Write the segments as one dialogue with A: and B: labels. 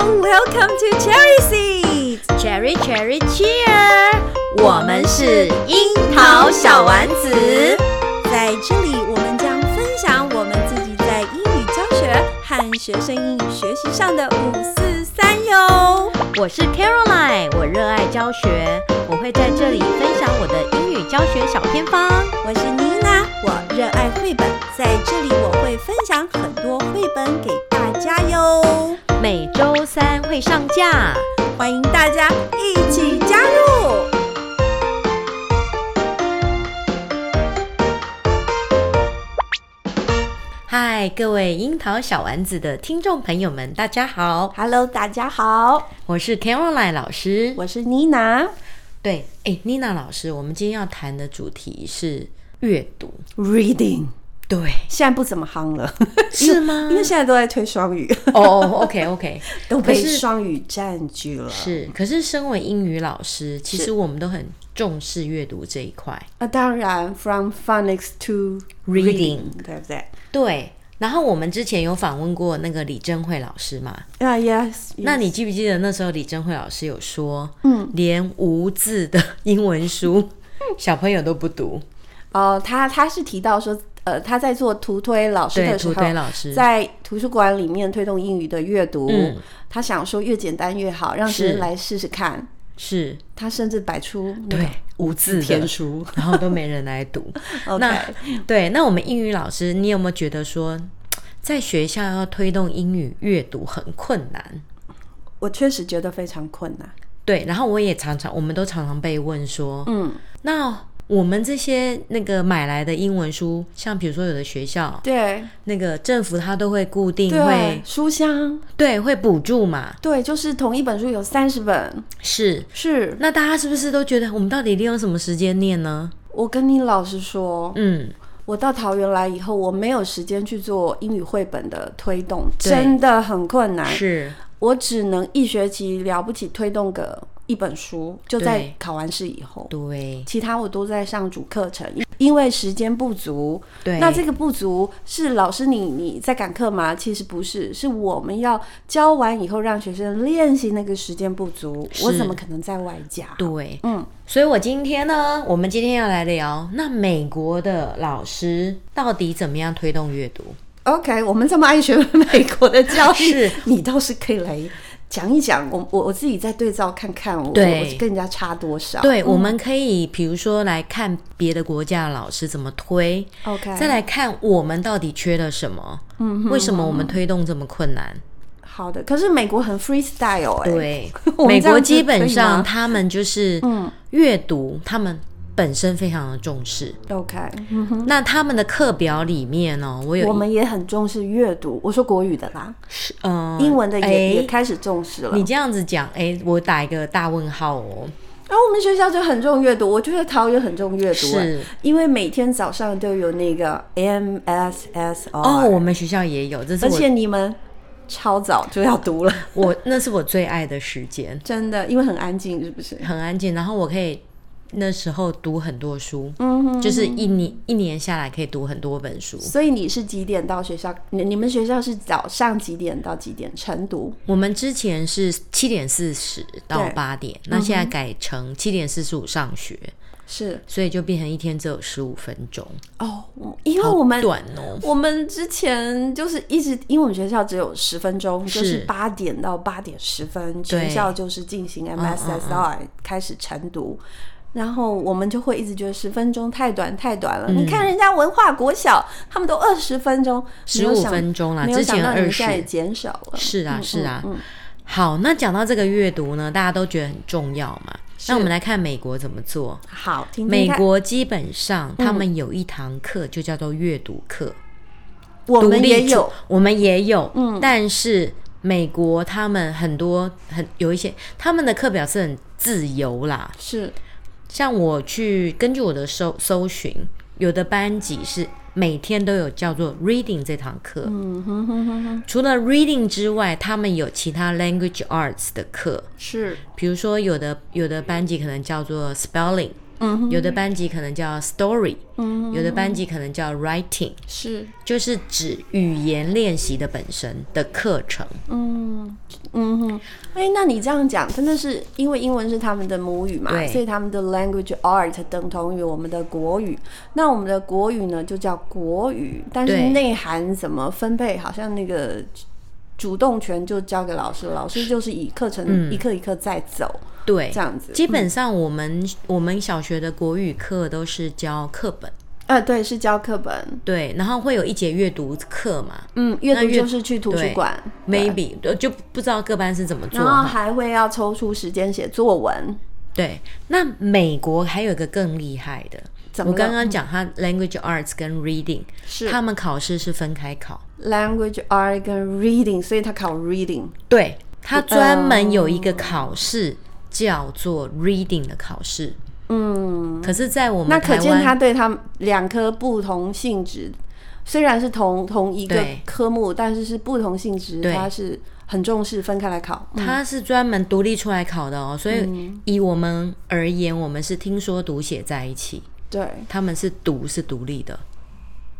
A: Welcome to Cherry Seed，
B: Cherry Cherry Cheer，
A: 我们是樱桃小丸子。在这里我们将分享我们自己在英语教学和学生英语学习上的五四三哟。
B: 我是 Caroline，我热爱教学，我会在这里分享我的英语教学小偏方。
A: 我是妮娜，我热爱绘本，在这里我会分享很多绘本给大家哟，
B: 每周三会上架。
A: 欢迎大家一起加入。
B: 嗨，各位樱桃小丸子的听众朋友们，大家好，
A: Hello，大家好，
B: 我是 Caroline 老师。
A: 我是妮娜。
B: 对，哎，妮娜老师，我们今天要谈的主题是阅读，
A: Reading
B: 对，
A: 现在不怎么夯 了，
B: 是吗
A: 因为现在都在推双语，
B: 哦哦，OK OK，
A: 都
B: 可
A: 被
B: 是
A: 双语占据了。
B: 是，可是身为英语老师，其实我们都很重视阅读这一块。
A: 啊，当然，from phonics to
B: Reading
A: 对不对？
B: 对，然后我们之前有访问过那个李珍慧老师嘛？
A: 啊、y e s
B: 那你记不记得那时候李珍慧老师有说，嗯，连无字的英文 书小朋友都不读，
A: 哦，他他是提到说，呃，他在做图推老师
B: 对，
A: 的时
B: 图
A: 候，
B: 推老师，
A: 在图书馆里面推动英语的阅读，
B: 嗯
A: 他想说越简单越好，让学
B: 是
A: 生来试试看。
B: 是
A: 他甚至摆出那
B: 对
A: 个
B: 无字的
A: 天书，
B: 然后都没人来 读。那
A: OK，
B: 对，那我们英语老师，你有没有觉得说，在学校要推动英语阅读很困难？
A: 我确实觉得非常困难。
B: 对，然后我也常常，我们都常常被问说，
A: 嗯，
B: 那我们这些那个买来的英文书，像比如说有的学校，
A: 对
B: 那个政府它都会固定
A: 对
B: 会，
A: 书香，
B: 对会补助嘛，
A: 对，就是同一本书有三十本，
B: 是。
A: 是
B: 那大家是不是都觉得我们到底利用什么时间念呢？
A: 我跟你老实说，
B: 嗯，
A: 我到桃园来以后，我没有时间去做英语绘本的推动，
B: 对
A: 真的很困难。
B: 是
A: 我只能一学期了不起推动个一本书，就在
B: 对
A: 考完试以后，
B: 对
A: 其他我都在上主课程，因因为时间不足。
B: 对。
A: 那这个不足是老师你你在赶课吗？其实不是，是我们要教完以后让学生练习那个时间不足，我
B: 是
A: 怎么可能在外加？
B: 对，
A: 嗯，
B: 所以我今天呢，我们今天要来聊，那美国的老师到底怎么样推动阅读？
A: OK，我们这么爱学美国的教育
B: 是，
A: 你倒是可以来讲一讲。我我我自己再对照看看，我我
B: 对
A: 我跟人家差多少？
B: 对，我们可以比如说来看别的国家的老师怎么推，
A: ，OK，
B: 再来看我们到底缺了什么，嗯，为什么我们推动这么困难？
A: 好的。可是美国很 freestyle 哎、
B: 对
A: 我，们
B: 美
A: 这样
B: 国
A: 子
B: 基
A: 可
B: 本
A: 以吗嗯
B: 上他们就是阅读，他们本身非常的重视。
A: ，OK，、嗯哼
B: 那他们的课表里面呢、我有
A: 我
B: 一
A: 们也很重视阅读。我说国语的啦，
B: 嗯、
A: 英文的也、也
B: 哎，
A: 开始重视了。
B: 你这样子讲，哎，我打一个大问号哦。
A: 然后我们学校就很重阅读，我觉得桃园很重阅读、哎
B: 是
A: 因为每天早上都有那个 MSSR，、
B: 哦，我们学校也有，这是
A: 哎而且
B: 我
A: 你们超早就要读了，
B: 我那是我最爱的时间，
A: 真的，因为很安静，是不是？
B: 很安静，然后我可以那时候读很多书，
A: 嗯
B: 就是一年一年下来可以读很多本书。
A: 所以你是几点到学校？你你们学校是早上几点到几点晨读？
B: 我们之前是七点四十到
A: 对
B: 八点，那现在改成七点四十五上学，
A: 是
B: 所以就变成一天只有十五分钟，
A: 哦，因为我们
B: 短哦。
A: 我们之前就是一直，因为我们学校只有十分钟，
B: 是
A: 就是八点到八点十分，
B: 对嗯
A: 全校就是进行 MSSR 开始晨读。然后我们就会一直觉得十分钟太短太短
B: 嗯
A: 了。你看人家文化国小，他们都二十分钟，没有
B: 15
A: 想
B: 分钟啦
A: 没有
B: 之前
A: 想到你们
B: 20
A: 现在也减少了。
B: 是啊，是啊。
A: 嗯
B: 好，那讲到这个阅读呢，大家都觉得很重要嘛。那我们来看美国怎么做。
A: 好，听听
B: 美
A: 看
B: 国基本上他们有一堂课就叫做阅读课，
A: 哦我
B: 独
A: 们
B: 立
A: 也
B: 主
A: 有，嗯
B: 我们也有，但是美国他们很多很有一些他们的课表是很自由啦，
A: 是
B: 像我去根据我的搜搜寻，有的班级是每天都有叫做 reading 这堂课。
A: 嗯
B: 除了 reading 之外，他们有其他 language arts 的课，
A: 是，
B: 比如说有的有的班级可能叫做 spelling，
A: 嗯
B: 有的班级可能叫 story，
A: 嗯，
B: 有的班级可能叫 writing，
A: 是，
B: 就是指语言练习的本身的课程。
A: 嗯嗯哼，哎，那你这样讲，真的是因为英文是他们的母语嘛，
B: 对
A: 所以他们的 language art 等同于我们的国语。那我们的国语呢，就叫国语，但是
B: 对
A: 内涵怎么分配，好像那个主动权就交给老师，老师就是以课程、
B: 嗯
A: 一课一课再走
B: 对，
A: 这样子。
B: 基本上我们、我们小学的国语课都是教课本，
A: 啊，对，是教课本，
B: 对，然后会有一节阅读课嘛
A: 嗯，阅读
B: 阅
A: 就是去图书
B: 对
A: 馆对哦
B: ，maybe 呃就不知道各班是怎么做
A: 然后
B: 哈。
A: 还会要抽出时间写作文，
B: 对，那美国还有一个更厉害的，
A: 怎么
B: 我
A: 了嗯
B: 刚刚讲它 language arts 跟 reading，
A: 是
B: 他们考试是分开考，
A: language art 跟 reading，所以他考 reading。
B: 对，它专门有一个考试叫做 reading 的考试。嗯，可是，在我
A: 那
B: 们
A: 可
B: 台
A: 见他
B: 湾，
A: 对他们两科不同性质，虽然是同同一个
B: 对
A: 科目，但是是不同性质，
B: 对
A: 他是很重视分开来考。嗯
B: 它是专门独立出来考的哦。所以，以我们而言，我们是听说读写在一起，
A: 对，
B: 他们是读是独立的。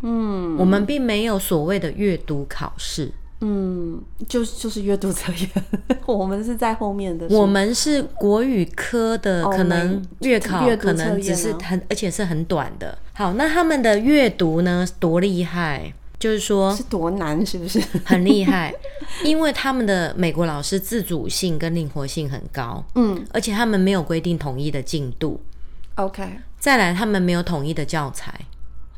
B: 嗯，我们并没有所谓的阅读考试，
A: 嗯，就是就是阅读测验，我们是在后面的。
B: 我们是国语科的，可能月考
A: 阅读
B: 可
A: 测验
B: 能只是
A: 啊
B: 很，而且是很短的。好，那他们的阅读呢，多厉害？就是说
A: 是多难，是不是？
B: 很 厉害，因为他们的美国老师自主性跟灵活性很高，
A: 嗯
B: 而且他们没有规定统一的进度，
A: ，OK，
B: 再来他们没有统一的教材，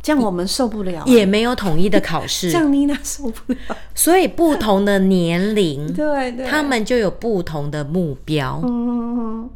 A: 这样我们受不了，
B: 也没有统一的考
A: 哦 这
B: 试，
A: 样妮娜受不了。
B: 所以不同的年龄，
A: 对对，
B: 他们就有不同的目标。
A: 嗯，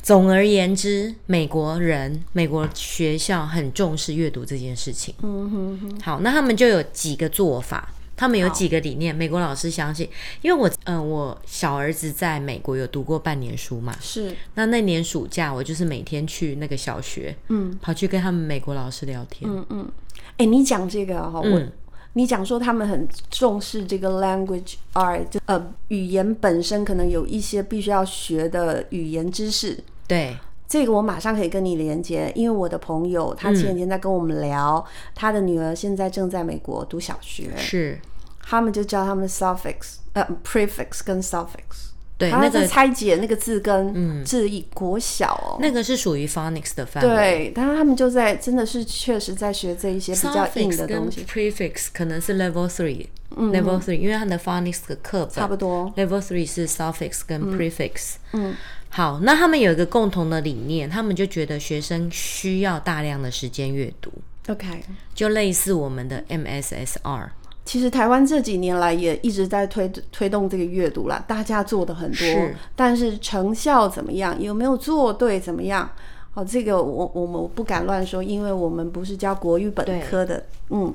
B: 总而言之，美国人、美国学校很重视阅读这件事情。
A: 嗯哼哼，
B: 好，那他们就有几个做法，他们有几个理念。美国老师相信，因为我，嗯、我小儿子在美国有读过半年书嘛，
A: 是，
B: 那那年暑假我就是每天去那个小学，
A: 嗯
B: 跑去跟他们美国老师聊天。
A: 嗯嗯。哎、你讲这个哈、我
B: 嗯
A: 你讲说他们很重视这个 language art，就呃语言本身可能有一些必须要学的语言知识。
B: 对，
A: 这个我马上可以跟你连接，因为我的朋友他
B: 嗯
A: 前几天在跟我们聊，他的女儿现在正在美国读小学，
B: 是，
A: 他们就教他们 suffix 呃 prefix 跟 suffix，
B: 对，
A: 他
B: 哎那
A: 在
B: 个嗯
A: 拆解那个字根，字义国小哦。
B: 那个是属于 phonics 的范围。
A: 对，但是他们就在真的是确实在学这一些比较硬
B: suffix
A: 的
B: 跟
A: 东西，嗯
B: prefix 可能是 level three、level three，因为它的 phonics 的课本
A: 差不多。
B: Level three 是 suffix 跟 prefix。嗯，好，那他们有一个共同的理念，他们就觉得学生需要大量的时间阅读，
A: OK，
B: 就类似我们的 MSSR。
A: 其实台湾这几年来也一直在推推动这个阅读啦，大家做的很多，
B: 是
A: 但是成效怎么样，有没有做对怎么样？哦，这个我我们不敢乱说，因为我们不是教国语本科的，嗯，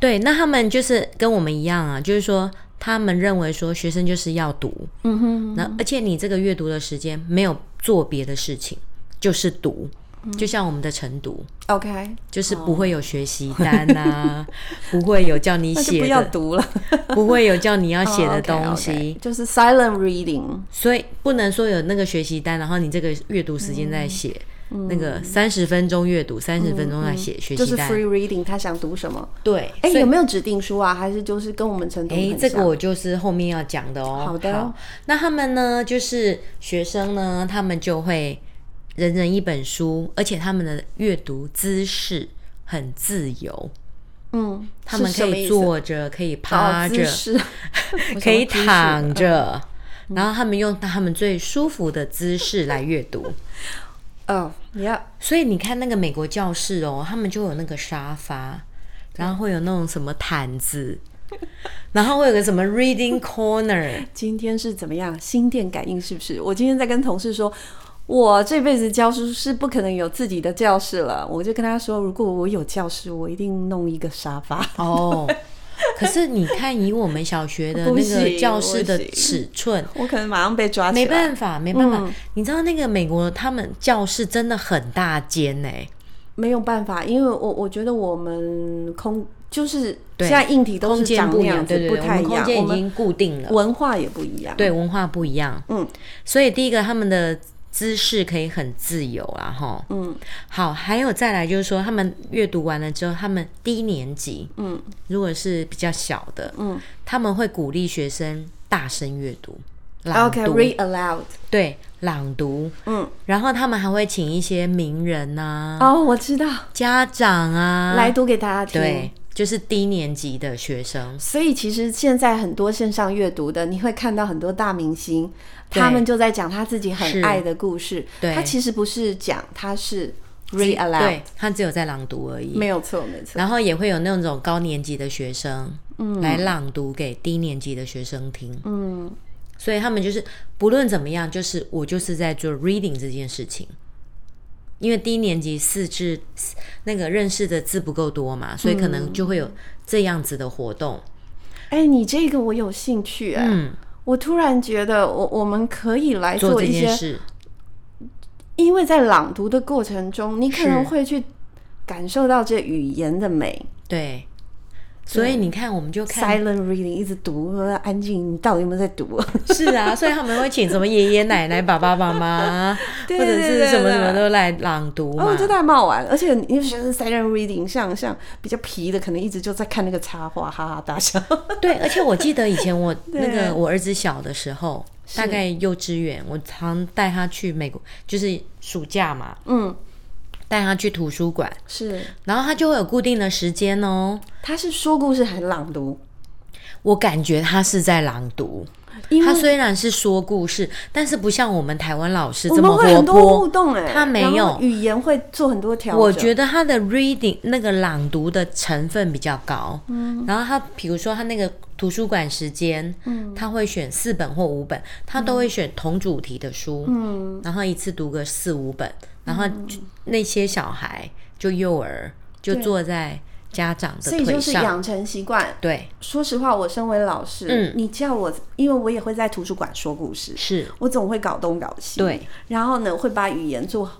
B: 对，那他们就是跟我们一样啊，就是说他们认为说学生就是要读，
A: 嗯哼，
B: 那而且你这个阅读的时间没有做别的事情，就是读，
A: 嗯
B: 就像我们的晨读。
A: ，OK，
B: 就是不会有学习单 啊，不会有叫
A: 哦
B: 你
A: 那就
B: 写
A: 不要
B: 的，
A: 读了，
B: 不会有叫你要写的
A: OK，OK，
B: 东西，
A: 就是 silent reading，
B: 所以不能说有那个学习单，然后你这个阅读时间在写、
A: 嗯
B: 那个三十分钟阅读，三十分钟在写学
A: 就
B: 习
A: 是
B: 单。
A: free reading，他想读什么？
B: 对，
A: 哎，
B: 所以
A: 有没有指定书啊？还是就是跟我们成都
B: 哎、
A: 很
B: 这个
A: 像
B: 我就是后面要讲的哦。
A: 好的
B: 那他们呢，就是学生呢，他们就会人人一本书，而且他们的阅读姿势很自由，
A: 嗯，
B: 他们
A: 是
B: 可
A: 什么
B: 以啊
A: 意思
B: 坐着，可以趴
A: 哦姿
B: 着，
A: 势
B: 可以
A: 我想说姿势嗯
B: 躺着，然后他们用他们最舒服的姿势来阅读。
A: 哦，yeah，
B: 所以你看那个美国教室哦，他们就有那个沙发，然后会有那种什么毯子， 然后会有个什么 reading corner，
A: 今天是怎么样？心电感应是不是？我今天在跟同事说，我这辈子教书是不可能有自己的教室了。我就跟他说，如果我有教室，我一定弄一个沙发。
B: 哦。可是你看，以我们小学的
A: 不
B: 那
A: 行
B: 个教室的
A: 不行嗯
B: 尺寸，
A: 我可能马上被抓起来。
B: 没办法，没办法。你知道那个美国他们教室真的很大间欸呢、
A: 没有办法，因为我我觉得我们空就是
B: 对
A: 现在硬体都
B: 空
A: 是
B: 间
A: 长
B: 不
A: 那
B: 一样，
A: 样
B: 对
A: 子，
B: 对
A: 不
B: 对，我
A: 太
B: 们
A: 一
B: 空
A: 样。
B: 间
A: 我
B: 已
A: 们
B: 经固定了，
A: 文化也不一样。
B: 对，文化不一样。
A: 嗯，
B: 所以第一个他们的姿势可以很自由啊，哈。
A: 嗯
B: 好，还有再来就是说，他们阅读完了之后，他们低年级
A: 嗯
B: 如果是比较小的，
A: 嗯
B: 他们会鼓励学生大声阅读，朗读
A: ，OK，read aloud，
B: 对，朗读。
A: 啊嗯，
B: 然后他们还会请一些名人啊、
A: 哦，我知道，
B: 家长啊
A: 来读给大家听。
B: 对，就是低年级的学生。
A: 所以其实现在很多线上阅读的，你会看到很多大明星，
B: 对
A: 他们就在讲他自己
B: 是
A: 很爱的故事。
B: 对
A: 他其实不是讲，他是 read aloud，
B: 对，他只有在朗读而已
A: 没。有错，没错。
B: 然后也会有那种高年级的学生，嗯，来朗读给低年级的学生听。
A: 嗯，
B: 所以他们就是不论怎么样，就是我就是在做 reading 这件事情。因为低年级四至那个认识的字不够多嘛，所以可能就会有这样子的活动。
A: 哎，你这个我有兴趣哎、
B: 嗯，
A: 我突然觉得我我们可以来嗯
B: 做
A: 哎做
B: 这
A: 一
B: 件
A: 些，
B: 事，
A: 因为在朗读的过程中，你可能
B: 是
A: 会去感受到这语言的美。
B: 对。所以你看，我们就看
A: Silent reading 一直读，安静，你到底有没有在读？
B: 是啊，所以他们会请什么爷爷奶奶、爸爸妈妈，或
A: 对
B: 者
A: 对
B: 是
A: 对
B: 什么
A: 对
B: 什么都来朗读嘛
A: 哦，。这太冒玩了，而且你又学生 silent reading，像像比较皮的，可能一直就在看那个插画，哈哈大 笑。
B: 对，而且我记得以前我
A: 对
B: 那个我儿子小的时候，大概幼稚园，我常带他去美国，就是暑假嘛，
A: 嗯，
B: 带他去图书馆，
A: 是，
B: 然后他就会有固定的时间哦。
A: 他是说故事还是朗读？
B: 我感觉他是在朗读，
A: 因
B: 他
A: 为
B: 虽然是说故事，但是不像我们台湾老师
A: 我
B: 这
A: 们
B: 么
A: 会
B: 活
A: 很多互
B: 泼。
A: 动哎、
B: 他没有
A: 然后语言会做很多调整。
B: 我觉得他的 reading 那个朗读的成分比较高，嗯，然后他比如说他那个图书馆时间，嗯，他会选四本或五本，他都会选同主题的书，
A: 嗯，
B: 然后一次读个四五本，然后就那些小孩就幼儿就坐在家长的
A: 所以就
B: 腿
A: 是
B: 上，
A: 养成习惯。
B: 对，
A: 说实话，我身为老师，
B: 嗯
A: 你叫我，因为我也会在图书馆说故事，
B: 是，
A: 我总会搞东搞西，
B: 对，
A: 然后呢会把语言做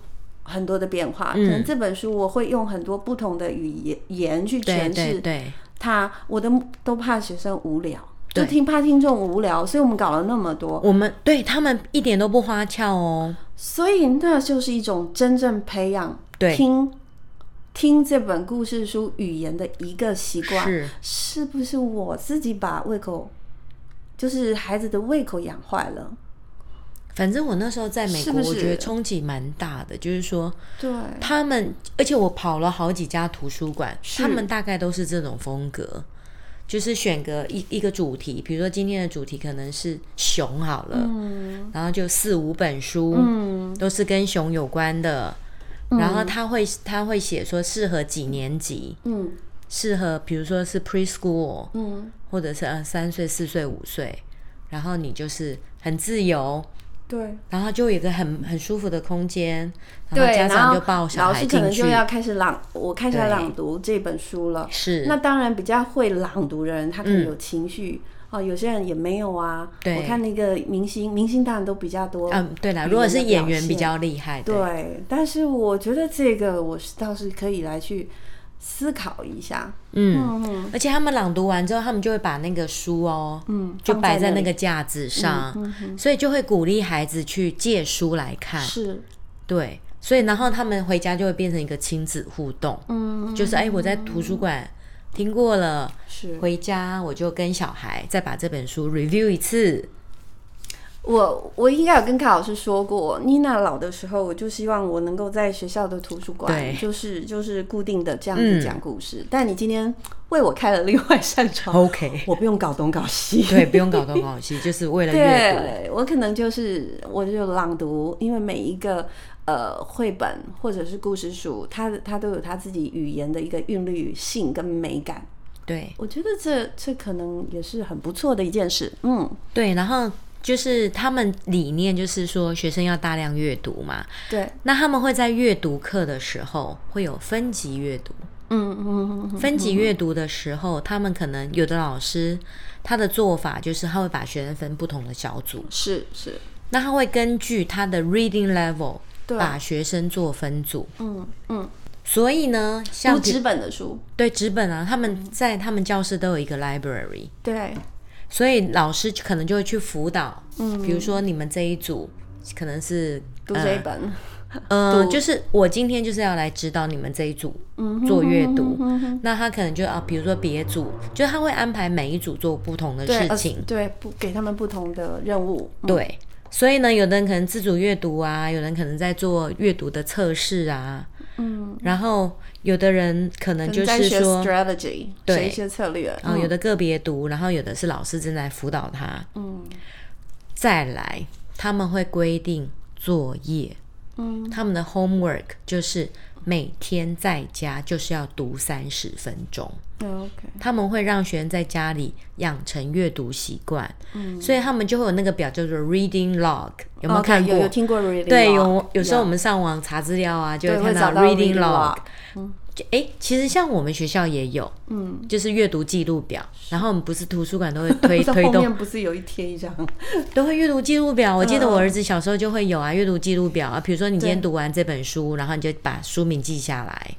A: 很多的变化，
B: 嗯
A: 可能这本书我会用很多不同的语言言去
B: 对
A: 诠
B: 对
A: 释
B: 对，
A: 它，我都都怕学生无聊，就
B: 对嗯
A: 听怕听众无聊，所以我们搞了那么多，
B: 我们对他们一点都不花俏哦，
A: 所以那就是一种真正培养
B: 对
A: 听听这本故事书语言的一个习惯，
B: 是
A: 是不是我自己把胃口，就是孩子的胃口养坏了？
B: 反正我那时候在美
A: 是
B: 国，
A: 不
B: 我
A: 是
B: 觉得冲击蛮大的，就是说
A: 对，
B: 他们，而且我跑了好几家图书馆，
A: 是
B: 他们大概都是这种风格，就是选个一一个主题，比如说今天的主题可能是熊好了，
A: 嗯
B: 然后就四五本书，
A: 嗯
B: 都是跟熊有关的。然后他会他会写说适合几年级，
A: 嗯
B: 适合比如说是 preschool，
A: 嗯，
B: 或者是呃三岁、四岁、五岁，然后你就是很自由，
A: 对。
B: 然后就有一个很很舒服的空间，然后
A: 对，
B: 家
A: 然
B: 长
A: 后
B: 就抱小
A: 老
B: 孩
A: 师可
B: 进
A: 能
B: 去
A: 就，要开始朗，我开始要
B: 对
A: 朗读这本书了。
B: 是嗯
A: 那当然，比较会朗读的人，他可能有情绪、哦，有些人也没有啊。
B: 对
A: 我看那个明星，明星当然都比较多。
B: 嗯，对啦，
A: 语
B: 如果
A: 言
B: 是
A: 的
B: 演
A: 表
B: 员比
A: 现
B: 较厉害，对，
A: 对，但是我觉得这个我是倒是可以来去思考一下。
B: 嗯。
A: 嗯嗯
B: 而且他们朗读完之后，他们就会把那个书哦，
A: 嗯，
B: 就
A: 放
B: 摆
A: 在
B: 在那
A: 里
B: 个架子上，
A: 嗯
B: 所以就会鼓励孩子去借书来看。
A: 是，
B: 对，所以然后他们回家就会变成一个亲子互动，
A: 嗯
B: 就是哎，我在图书馆听过了，
A: 是。
B: 回家我就跟小孩再把这本书 review 一次。
A: 我我应该有跟卡老师说过，妮娜老的时候，我就希望我能够在学校的图书馆
B: 对，
A: 就是就是固定的这样
B: 嗯
A: 子讲故事。但你今天为我开了另外一扇窗，
B: OK，
A: 我不用搞东搞西。
B: 对，不用搞东搞西，就是为了阅
A: 对，我可能就是我就朗读，因为每一个呃绘本或者是故事书，它它都有它自己语言的一个韵律性跟美感。
B: 读。对
A: 我觉得这这可能也是很不错的一件事。嗯，
B: 对，然后就是他们理念就是说，学生要大量阅读嘛。
A: 对，
B: 那他们会在阅读课的时候会有分级阅读，
A: 嗯嗯嗯嗯，
B: 分级阅读的时候，他们可能有的老师他的做法就是他会把学生分不同的小组，
A: 是是，
B: 那他会根据他的 reading level
A: 对
B: 把学生做分组。
A: 嗯嗯，
B: 所以呢，
A: 读
B: 像比
A: 纸本的书，
B: 对纸本啊，他们在他们教室都有一个 library，
A: 对，
B: 所以老师可能就会去辅导，
A: 嗯
B: 比如说你们这一组可能是
A: 读这一本，
B: 呃，就是我今天就是要来指导你们这一组做阅读，
A: 嗯哼
B: 那他可能就啊，比如说别组，就是他会安排每一组做不同的
A: 对，
B: 事
A: 呃
B: 情，
A: 对，不给他们不同的任务，嗯
B: 对，所以呢，有的人可能自主阅读啊，有人可能在做阅读的测试啊，
A: 嗯，
B: 然后有的人可能就
A: 在
B: 是
A: 学嗯
B: 说，
A: strategy，
B: 对
A: 学一些策略，
B: 啊、有的个别读，然后有的是老师正在辅导他，
A: 嗯
B: 再来他们会规定作业，
A: 嗯
B: 他们的 homework 就是每天在家就是要读三十分钟。
A: 嗯，OK，
B: 他们会让学生在家里养成阅读习惯，
A: 嗯
B: 所以他们就会有那个表叫做 reading log，有没有
A: OK，
B: 看过？
A: 哦有有听过 reading？
B: 对，
A: log，
B: 有有时候我
A: yeah，
B: 们上网查资料啊，就
A: 对
B: 看
A: 会找到
B: 到 reading
A: reading
B: log
A: log。
B: 就诶，其实像我们学校也有，
A: 嗯，
B: 就是阅读记录表。然后我们不是图书馆都 会推
A: 到
B: 推
A: 后
B: 动，
A: 面不是有一贴一张，
B: 都会阅读记录表。我记得
A: 嗯嗯
B: 我儿子小时候就会有啊，阅读记录表啊。比如说你今天
A: 对
B: 读完这本书，然后你就把书名记下来。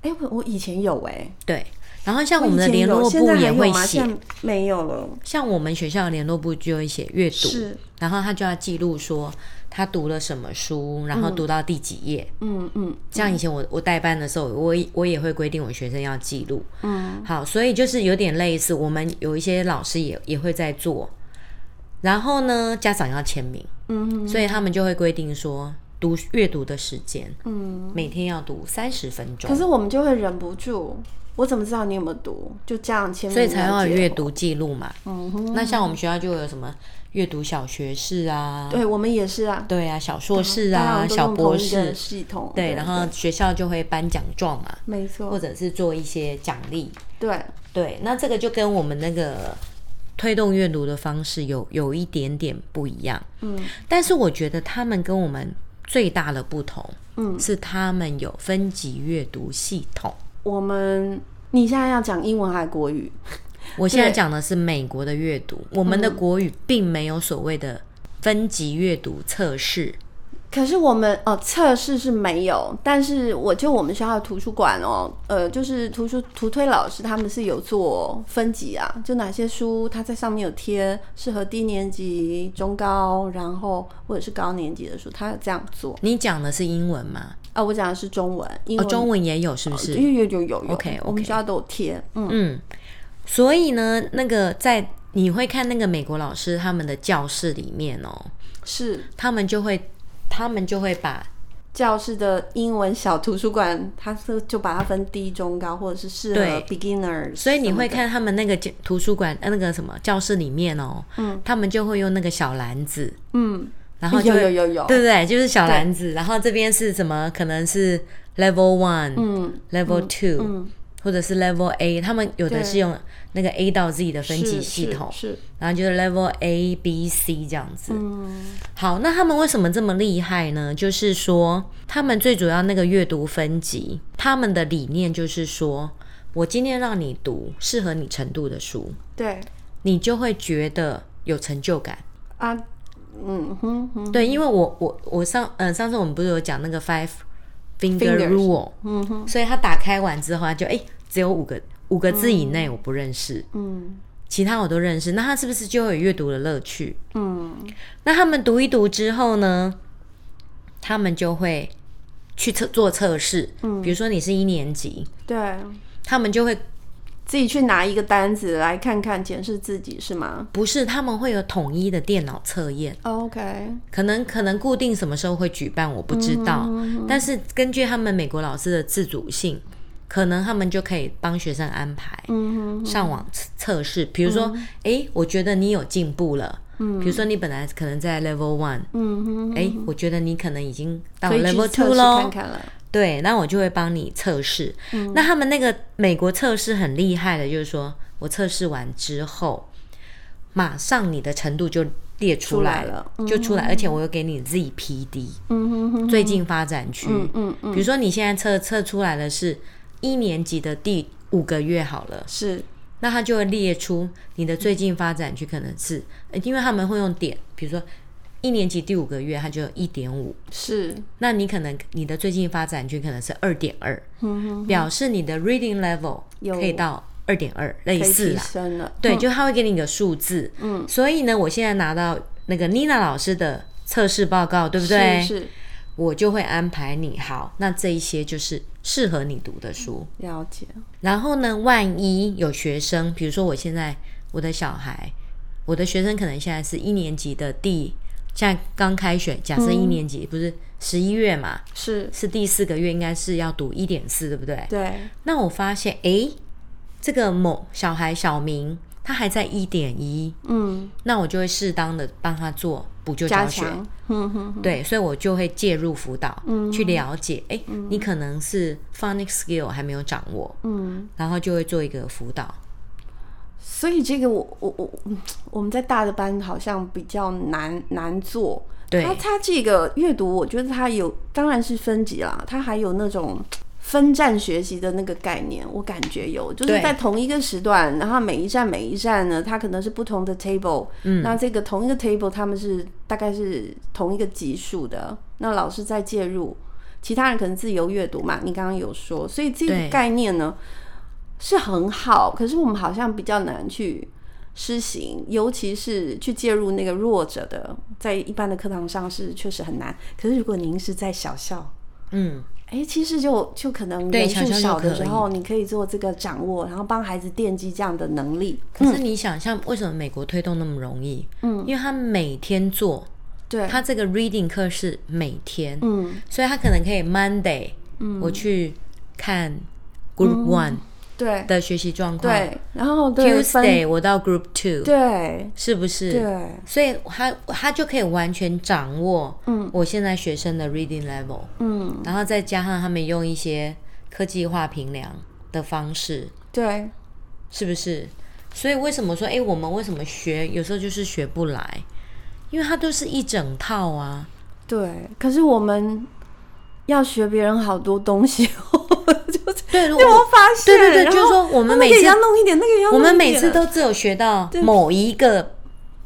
A: 哎，我我以前有哎，
B: 对，然后像
A: 我
B: 我们的
A: 以前
B: 联
A: 有
B: 络
A: 现
B: 部
A: 在还
B: 也
A: 有
B: 会
A: 吗
B: 写
A: 现，在没有了，
B: 像我们学校的联络部就会写阅读，
A: 是，
B: 然后他就要记录说他读了什么书，然后读到第几页。
A: 嗯嗯
B: 像以前我我代班的时候，我也我也会规定我学生要记录。
A: 嗯，
B: 好，所以就是有点类似，我们有一些老师也也会在做，然后呢，家长要签名，
A: 嗯
B: 所以他们就会规定说读阅读的时间，
A: 嗯。
B: 每天要读三十分钟
A: 可，是我们就会忍不住，我怎么知道你有没有读？就这样签名，
B: 所以才要有阅
A: 读。
B: 读记录嘛。
A: 哦嗯哼，
B: 那像我们学校就有什么阅读小学士啊，
A: 对我们也是啊，
B: 对啊，小硕士
A: 大家好
B: 啊，
A: 像都
B: 小
A: 用同
B: 博
A: 一个
B: 士，
A: 系统，
B: 对，然后学校就会颁奖状嘛，
A: 没错，
B: 或者是做一些奖励。
A: 对，
B: 对，那这个就跟我们那个推动阅读的方式有有一点点不一样，
A: 嗯
B: 但是我觉得他们跟我们最大的不同
A: 嗯，
B: 是他们有分级阅读系统。
A: 我们你现在要讲英文还是国语？
B: 我现在
A: 对嗯
B: 讲的是美国的阅读，我们的国语并没有所谓的分级阅读测试。
A: 可是我们哦，测试是没有，但是我就我们学校的图书馆哦，呃，就是图书图推老师他们是有做分级啊，就哪些书他在上面有贴适合低年级、中高，然后或者是高年级的书，他有这样做
B: 你讲的是英文吗？
A: 啊。我讲的是中文，英
B: 哦，
A: 文、哦
B: 中文也有是不是？
A: 有有有有有
B: OK，OK
A: 我们学校都有贴，嗯
B: 嗯，所以呢，那个在你会看那个美国老师他们的教室里面哦，
A: 是
B: 他们就会他们就会把
A: 教室的英文小图书馆，它是就把它分低、中、高，或者是适合
B: 对
A: beginners，
B: 所以你
A: 什
B: 会
A: 么的
B: 看他们那个教图书馆呃那个什么教室里面哦，嗯，他们就会用那个小篮子，
A: 嗯，
B: 然后就
A: 有有
B: 会
A: 有有，
B: 对不对？就是小篮子，然后这边是什么？可能是 level one、
A: 嗯
B: level two、
A: 嗯，
B: 或者是 level A，他们有的
A: 对
B: 是用那个 A 到 Z 的分级
A: 是
B: 系统，
A: 是，是
B: 然后就是 level A、B、C 这样子。
A: 嗯
B: 好，那他们为什么这么厉害呢？就是说，他们最主要那个阅读分级，他们的理念就是说，我今天让你读适合你程度的书，
A: 对
B: 你就会觉得有成就感。
A: 啊，嗯哼哼，
B: 对，因为我我我上嗯、呃、上次我们不是有讲那个 five finger
A: Fingers
B: rule，
A: 嗯哼
B: 所以他打开完之后，他就哎、只有五个五个字以内我不认识，
A: 嗯
B: 其他我都认识，那他是不是就会有阅读的乐趣？
A: 嗯，
B: 那他们读一读之后呢，他们就会去测做测试。嗯，比如说你是一年级，
A: 对。
B: 他们就会
A: 自己去拿一个单子来看看，检视自己是吗
B: 不是他们会有统一的电脑测验，
A: ？OK，
B: 可能可能固定什么时候会举办，我不知道。
A: 嗯
B: 但是根据他们美国老师的自主性，可能他们就可以帮学生安排。
A: 嗯哼，嗯
B: 上网测测试，比如说，诶，我觉得你有进步了。嗯，比如说你本来可能在 level one，
A: 嗯哼，
B: 诶，我觉得你可能已经到
A: 可以去
B: 哎 level
A: 测
B: two
A: 试
B: 喽
A: 看。看了。
B: 对，那我就会帮你测试。
A: 嗯
B: 那他们那个美国测试很厉害的，就是说我测试完之后，马上你的程度就列出来
A: 出来了
B: 就出来，而且我又给你 ZPD
A: 嗯哼哼，
B: 最近发展区。
A: 嗯嗯嗯，
B: 比如说你现在测测出来的是一年级的第五个月好了，
A: 是
B: 那他就会列出你的最近发展区可能是，呃因为他们会用点，比如说一年级第五个月，它就一点五。
A: 是，
B: 那你可能你的最近发展区可能是二点二，
A: 嗯哼，
B: 表示你的 reading level
A: 有
B: 可以到二点二，类
A: 可以
B: 似
A: 提嗯
B: 啦。
A: 升了。
B: 对，就他会给你一个数字。嗯，所以呢，我现在拿到那个 Nina 老师的测试报告，对不对？
A: 是是
B: 我就会安排你好，那这一些就是适合你读的书。
A: 了解，
B: 然后呢，万一有学生，比如说我现在我的小孩，我的学生可能现在是一年级的第，现在刚开学，假设一年
A: 嗯
B: 级、不是十一月嘛，
A: 是，
B: 是第四个月，应该是要读一点四，对不对？
A: 对，
B: 那我发现，诶，这个某小孩小明他还在一点一，
A: 嗯，
B: 那我就会适当的帮他做补救
A: 加
B: 教学，
A: 强，嗯哼哼，
B: 对，所以我就会介入辅导，去了解，诶，你可能是 phonic skill 还没有掌握，
A: 嗯，
B: 然后就会做一个辅导。
A: 所以这个我我我嗯我们在大的班好像比较难难做。
B: 对
A: 它它这个阅读，我觉得它有，当然是分级啦，它还有那种分站学习的那个概念，我感觉有，就是
B: 对
A: 在同一个时段，然后每一站每一站呢，它可能是不同的 table，嗯，那这个同一个 table 他们是大概是同一个级数的，那老师在介入，其他人可能自由阅读嘛，你刚刚有说，所以这个
B: 对
A: 概念呢是很好，可是我们好像比较难去施行，尤其是去介入那个弱者的，在一般的课堂上是确实很难。可是如果您是在小校，
B: 嗯，
A: 哎，其实就就可能
B: 对
A: 人数
B: 小校就
A: 少的
B: 可
A: 时
B: 以
A: 候，你可以做这个掌握，然后帮孩子奠基这样的能力。
B: 可是你想象为什么美国推动那么容易？嗯，因为他每天做，
A: 对，
B: 他这个 reading 课是每天，
A: 嗯，
B: 所以他可能可以 Monday，嗯，我去看
A: 嗯
B: Group One
A: 对
B: 的学习状况、
A: 对，然后对分
B: 啊 Tuesday 我到 Group Two，
A: 对
B: 是不是？
A: 对，
B: 所以他他就可以完全掌握，嗯，我现在学生的 reading level，
A: 嗯，
B: 然后再加上他们用一些科技化评量的方式，
A: 对，
B: 是不是？所以为什么说，哎、我们为什么学有时候就是学不来？因为它都是一整套啊。
A: 对，可是我们要学别人好多东西 哦，就是
B: 对，如
A: 被我
B: 果
A: 发现，
B: 对对对
A: 然
B: 就是
A: 后
B: 说我们
A: 那
B: 每
A: 个也
B: 次
A: 要弄一点，那个也要弄一点，
B: 我们每次都只有学到某一个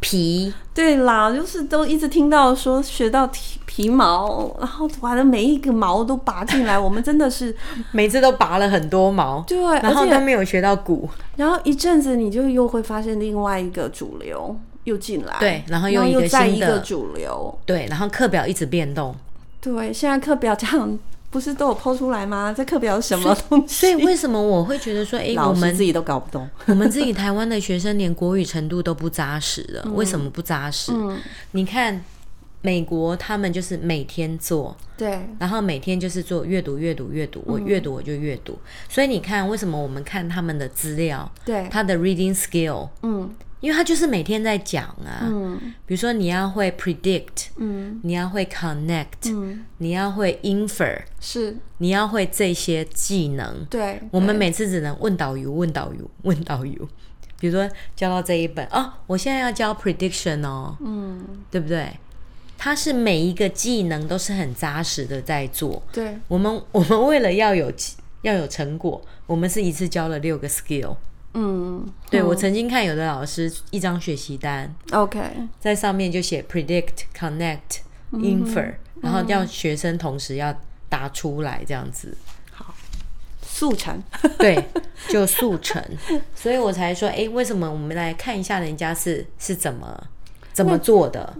B: 皮，
A: 对啦，就是都一直听到说学到皮皮毛，然后把的每一个毛都拔进来，我们真的 是
B: 每次都拔了很多毛，
A: 对，
B: 然后
A: 而
B: 都
A: 且
B: 没有学到骨。
A: 然后一阵子你就又会发现另外一个主流又进来，
B: 对然后又
A: 又
B: 一个
A: 再
B: 新
A: 一个
B: 的
A: 主流，
B: 对，然后课表一直变 动，
A: 对，现在课表这样不是都有抛出来吗？这课表是什么东西？
B: 所以为什么我会觉得说，哎、我
A: 老师
B: 们
A: 自己都搞不懂，
B: 我们自己台湾的学生连国语程度都不扎实了，为什么不扎实？
A: 嗯
B: 你看美国，他们就是每天做，
A: 对，
B: 然后每天就是做阅读、阅读、阅读，我阅读我就阅读。所以你看，为什么我们看他们的资料，
A: 对，
B: 他的 reading skill，
A: 嗯
B: 因为他就是每天在讲啊。
A: 嗯
B: 比如说你要会 predict，
A: 嗯
B: 你要会 connect，、
A: 嗯，
B: 你要会 infer，
A: 是
B: 你要会这些技能。
A: 对。
B: 我们
A: 对
B: 每次只能问导游，问导游，问导游。比如说教到这一本哦，我现在要教 prediction 哦，
A: 嗯
B: 对不对？它是每一个技能都是很扎实的在做。
A: 对
B: 我们 我们为了要有要有成果，我们是一次教了六个 skill。
A: 嗯
B: 对、我曾经看有的老师一张学习单，
A: OK
B: 在上面就写 predict、connect、infer，、
A: 嗯
B: 然后要学生同时要答出来这样子。
A: 速成
B: 对，就速成，所以我才说，哎，为什么我们来看一下人家是是怎么怎么做的？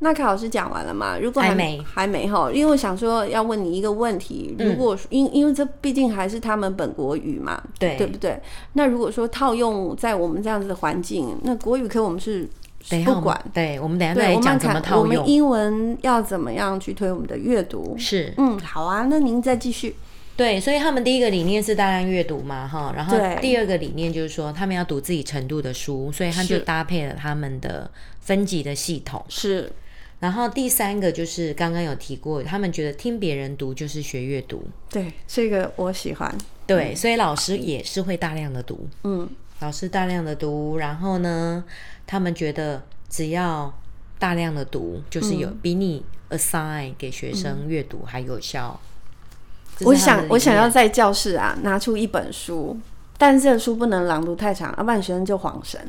A: 那凯老师讲完了吗？如果还
B: 还没嗯
A: 还没哈，因为我想说要问你一个问题，如果、因因为这毕竟还是他们本国语嘛，
B: 对
A: 对不对？那如果说套用在我们这样子的环境，那国语课我们是
B: 等一下我
A: 不
B: 们，
A: 管，
B: 对我们等一下再
A: 对，
B: 来
A: 我
B: 讲
A: 们
B: 怎么
A: 看我
B: 套
A: 们
B: 用。
A: 英文要怎么样去推我们的阅读。
B: 是
A: 嗯，好啊，那您再继续。
B: 对，所以他们第一个理念是大量阅读嘛，哈，然后
A: 对
B: 第二个理念就是说他们要读自己程度的书，所以他就是搭配了他们的分级的系统。
A: 是，
B: 然后第三个就是刚刚有提过，他们觉得听别人读就是学阅读，
A: 对，这个我喜欢。
B: 对，所以老师也是会大量的读，
A: 嗯，
B: 老师大量的读，然后呢，他们觉得只要大量的读，就是
A: 嗯
B: 有、比你 assign 给学生阅读还有效。这是
A: 我
B: 他
A: 想
B: 们，的
A: 我想
B: 理
A: 要
B: 念
A: 在教室啊拿出一本书，但是这个书不能朗读太长，啊要不然学生就晃神。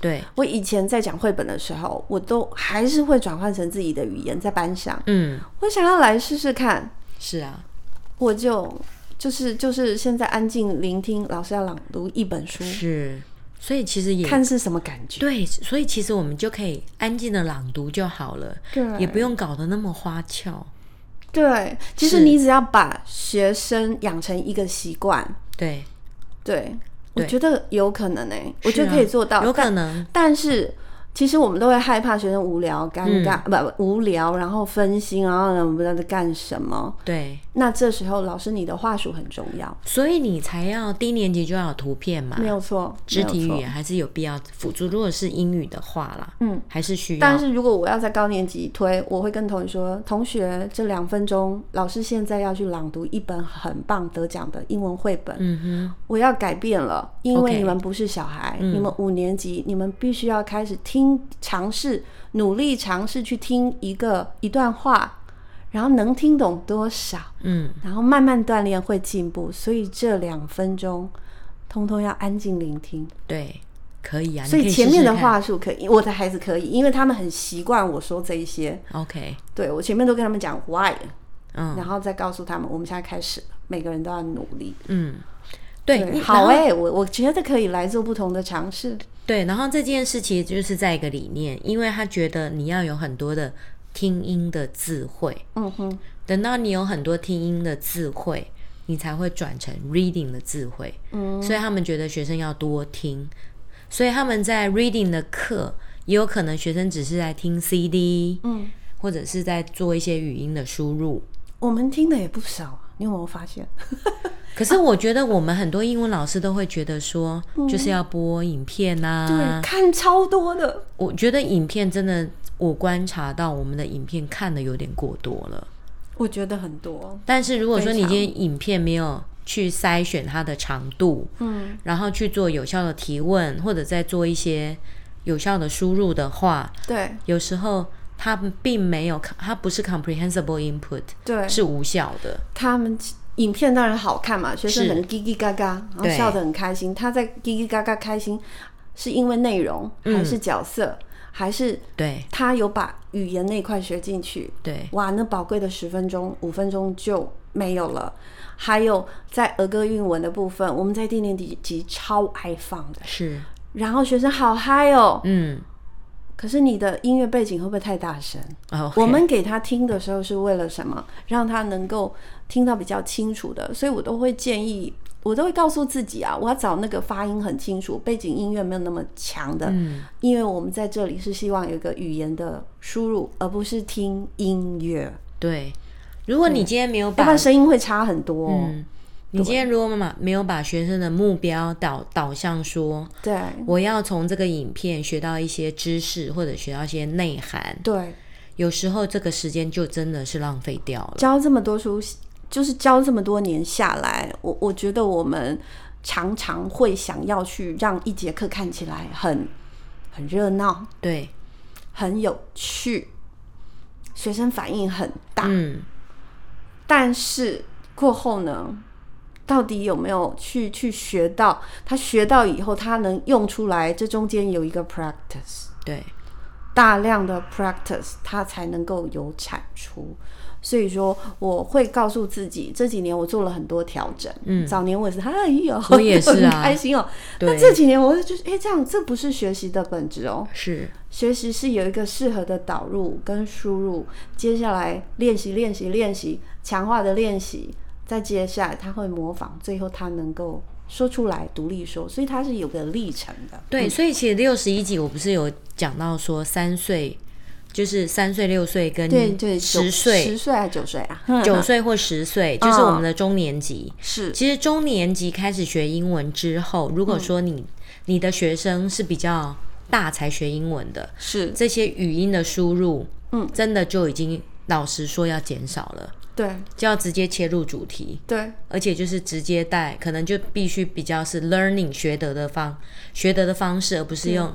B: 对，
A: 我以前在讲绘本的时候，我都还是会转换成自己的语言在班上。
B: 嗯，
A: 我想要来试试看，
B: 是啊，
A: 我就就是就是现在安静聆听老师要朗读一本书，
B: 是，所以其实也
A: 看是什么感觉。
B: 对，所以其实我们就可以安静的朗读就好了，
A: 对
B: 也不用搞得那么花俏。
A: 对，其实
B: 是
A: 你只要把学生养成一个习惯，
B: 对，
A: 对我
B: 对
A: 觉得有可能诶、我
B: 是
A: 觉得
B: 啊
A: 可以做到，
B: 有可
A: 但
B: 能，
A: 但是其实我们都会害怕学生无聊、
B: 嗯
A: 尴尬，不、不无聊，然后分心，然后呢我们不知道在干什么。
B: 对，
A: 那这时候，老师你的话术很重要，
B: 所以你才要低年级就要有图片嘛，
A: 没有错，
B: 肢
A: 没有
B: 体语
A: 错
B: 言还是有必要辅助。如果是英语的话啦，
A: 嗯，
B: 还是需要。
A: 但是如果我要在高年级推，我会跟同学说：“同学，这两分钟，老师现在要去朗读一本很棒得奖的英文绘本。
B: 嗯
A: 我要改变了，因为
B: OK 嗯
A: 你们不是小孩你们五年级，你们必须要开始听，尝试努力尝试去听一个一段话，然后能听懂多少，
B: 哼，嗯，
A: 然后慢慢锻炼会进步。所以这两分钟，通通要安静聆听。
B: 对，可以啊。你
A: 所
B: 可
A: 以
B: 以
A: 前面
B: 试
A: 的
B: 试看
A: 话术可以，我的孩子可以，因为他们很习惯我说这一些。
B: ，OK，
A: 对我前面都跟他们讲 why，
B: 嗯
A: 然后再告诉他们，我们现在开始了，每个人都要努力。
B: 嗯，对，你
A: 好
B: 然后
A: 哎、我我觉得可以来做不同的尝试。
B: 对，然后这件事其实就是在一个理念，因为他觉得你要有很多的听音的智慧，
A: 嗯哼，
B: 等到你有很多听音的智慧，你才会转成 reading 的智慧。
A: 嗯，
B: 所以他们觉得学生要多听，所以他们在 reading 的课，也有可能学生只是在听 CD，
A: 嗯，
B: 或者是在做一些语音的输入。
A: 我们听的也不少啊，你有没有发现？
B: 可是我觉得我们很多英文老师都会觉得说，就是要播影片啊，
A: 嗯对，看超多的。
B: 我觉得影片真的，我观察到我们的影片看的有点过多了。
A: 我觉得很多，
B: 但是如果说你
A: 非
B: 今
A: 常
B: 天影片没有去筛选它的长度，
A: 嗯，
B: 然后去做有效的提问，或者再做一些有效的输入的话，
A: 对
B: 有时候它并没有，它不是 comprehensible input，
A: 对，
B: 是无效的。
A: 他们影片当然好看嘛，学生
B: 是
A: 很叽叽嘎嘎，然后
B: 对
A: 笑得很开心。他在叽叽嘎嘎开心，是因为内容，还是角色，还是
B: 对
A: 他有把语言那一块学进去？
B: 对
A: 哇，那宝贵的十分钟、五分钟就没有了。还有在儿歌韵文的部分，我们在低年级级超爱放的，
B: 是，
A: 然后学生好嗨哦。
B: 嗯，
A: 可是你的音乐背景会不会太大声？
B: 哦，
A: 我们给他听的时候是为了什么？让他能够听到比较清楚的，所以我都会建议，我都会告诉自己啊，我要找那个发音很清楚、背景音乐没有那么强的，
B: 嗯
A: 因为我们在这里是希望有一个语言的输入，而不是听音乐，
B: 对。如果你今天没有
A: 要不
B: 把
A: 然声音会差很多、哦。
B: 嗯，你今天如果妈妈没有把学生的目标导导向说，
A: 对
B: 我要从这个影片学到一些知识或者学到一些内涵，
A: 对，
B: 有时候这个时间就真的是浪费掉了。
A: 教这么多书，就是教这么多年下来，我我觉得我们常常会想要去让一节课看起来很很热闹。
B: 对，
A: 很有趣，学生反应很大，
B: 嗯，
A: 但是过后呢，到底有没有去去学到？他学到以后，他能用出来，这中间有一个 practice，
B: 对，
A: 大量的 practice，他才能够有产出。所以说，我会告诉自己，这几年我做了很多调整。嗯，早年我也是，哎呦，
B: 我也是啊
A: 很开心哦。那
B: 对
A: 这几年我就觉得，哎，这样这不是学习的本质哦。
B: 是，
A: 学习是有一个适合的导入跟输入，接下来练习练习练习，强化的练习，再接下来他会模仿，最后他能够说出来，独立说，所以他是有个历程的。
B: 对，所以其实六十一集我不是有讲到说三岁，就是三岁、六岁跟
A: 对对，
B: 十
A: 十
B: 岁、
A: 岁还嗯是九岁啊？
B: 九岁或十岁，就是我们的中年级。
A: 是
B: 其实中年级开始学英文之后，如果说你、你的学生是比较大才学英文的，
A: 是，
B: 这些语音的输入，
A: 嗯，
B: 真的就已经老实说要减少了，
A: 对
B: 就要直接切入主题，
A: 对
B: 而且就是直接带，可能就必须比较是 learning 学得的方学得的方式，而不是用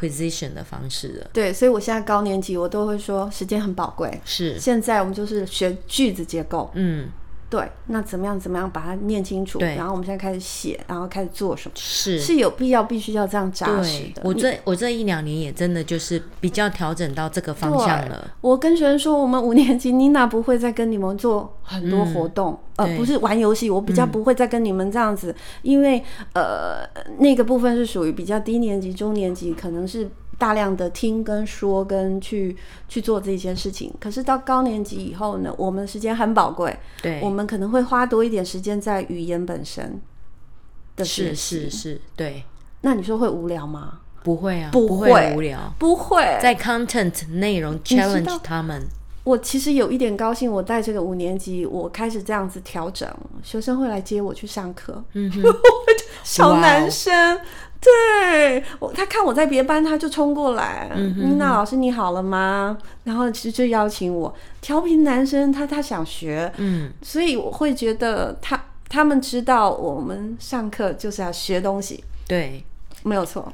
B: acquisition 的方式了。
A: 对，所以我现在高年级我都会说时间很宝贵，
B: 是，
A: 现在我们就是学句子结构，
B: 嗯，
A: 对，那怎么样怎么样把它念清楚，
B: 对
A: 然后我们现在开始写，然后开始做什么，
B: 是
A: 是有必要必须要这样扎实
B: 对
A: 的。
B: 我
A: 你
B: 这我这一两年也真的就是比较调整到这个方向了。
A: 哎我跟学生说，我们五年级妮娜不会再跟你们做很多活动，
B: 嗯对嗯
A: 呃，不是玩游戏，我比较不会再跟你们这样子，因为呃，那个部分是属于比较低年级、中年级，可能是大量的听跟说跟去去做这件事情。可是到高年级以后呢，我们时间很宝贵，
B: 对，
A: 我们可能会花多一点时间在语言本身的学
B: 是
A: 习。
B: 是是，对，
A: 那你说会无聊吗？
B: 不会啊，
A: 不
B: 不会
A: 会
B: 无聊，
A: 不会，
B: 在 content 内容
A: 知道
B: challenge 他们，
A: 我其实有一点高兴，我带这个五年级，我开始这样子调整，学生会来接我去上课。
B: 嗯 哼，
A: 小
B: 哇哦
A: 男生，对我，他看我在别班，他就冲过来，
B: 嗯哼
A: 妮娜老师你好了吗？然后就就邀请我。调皮男生他他想学，
B: 嗯，
A: 所以我会觉得他他们知道我们上课就是要学东西，
B: 对，
A: 没有错，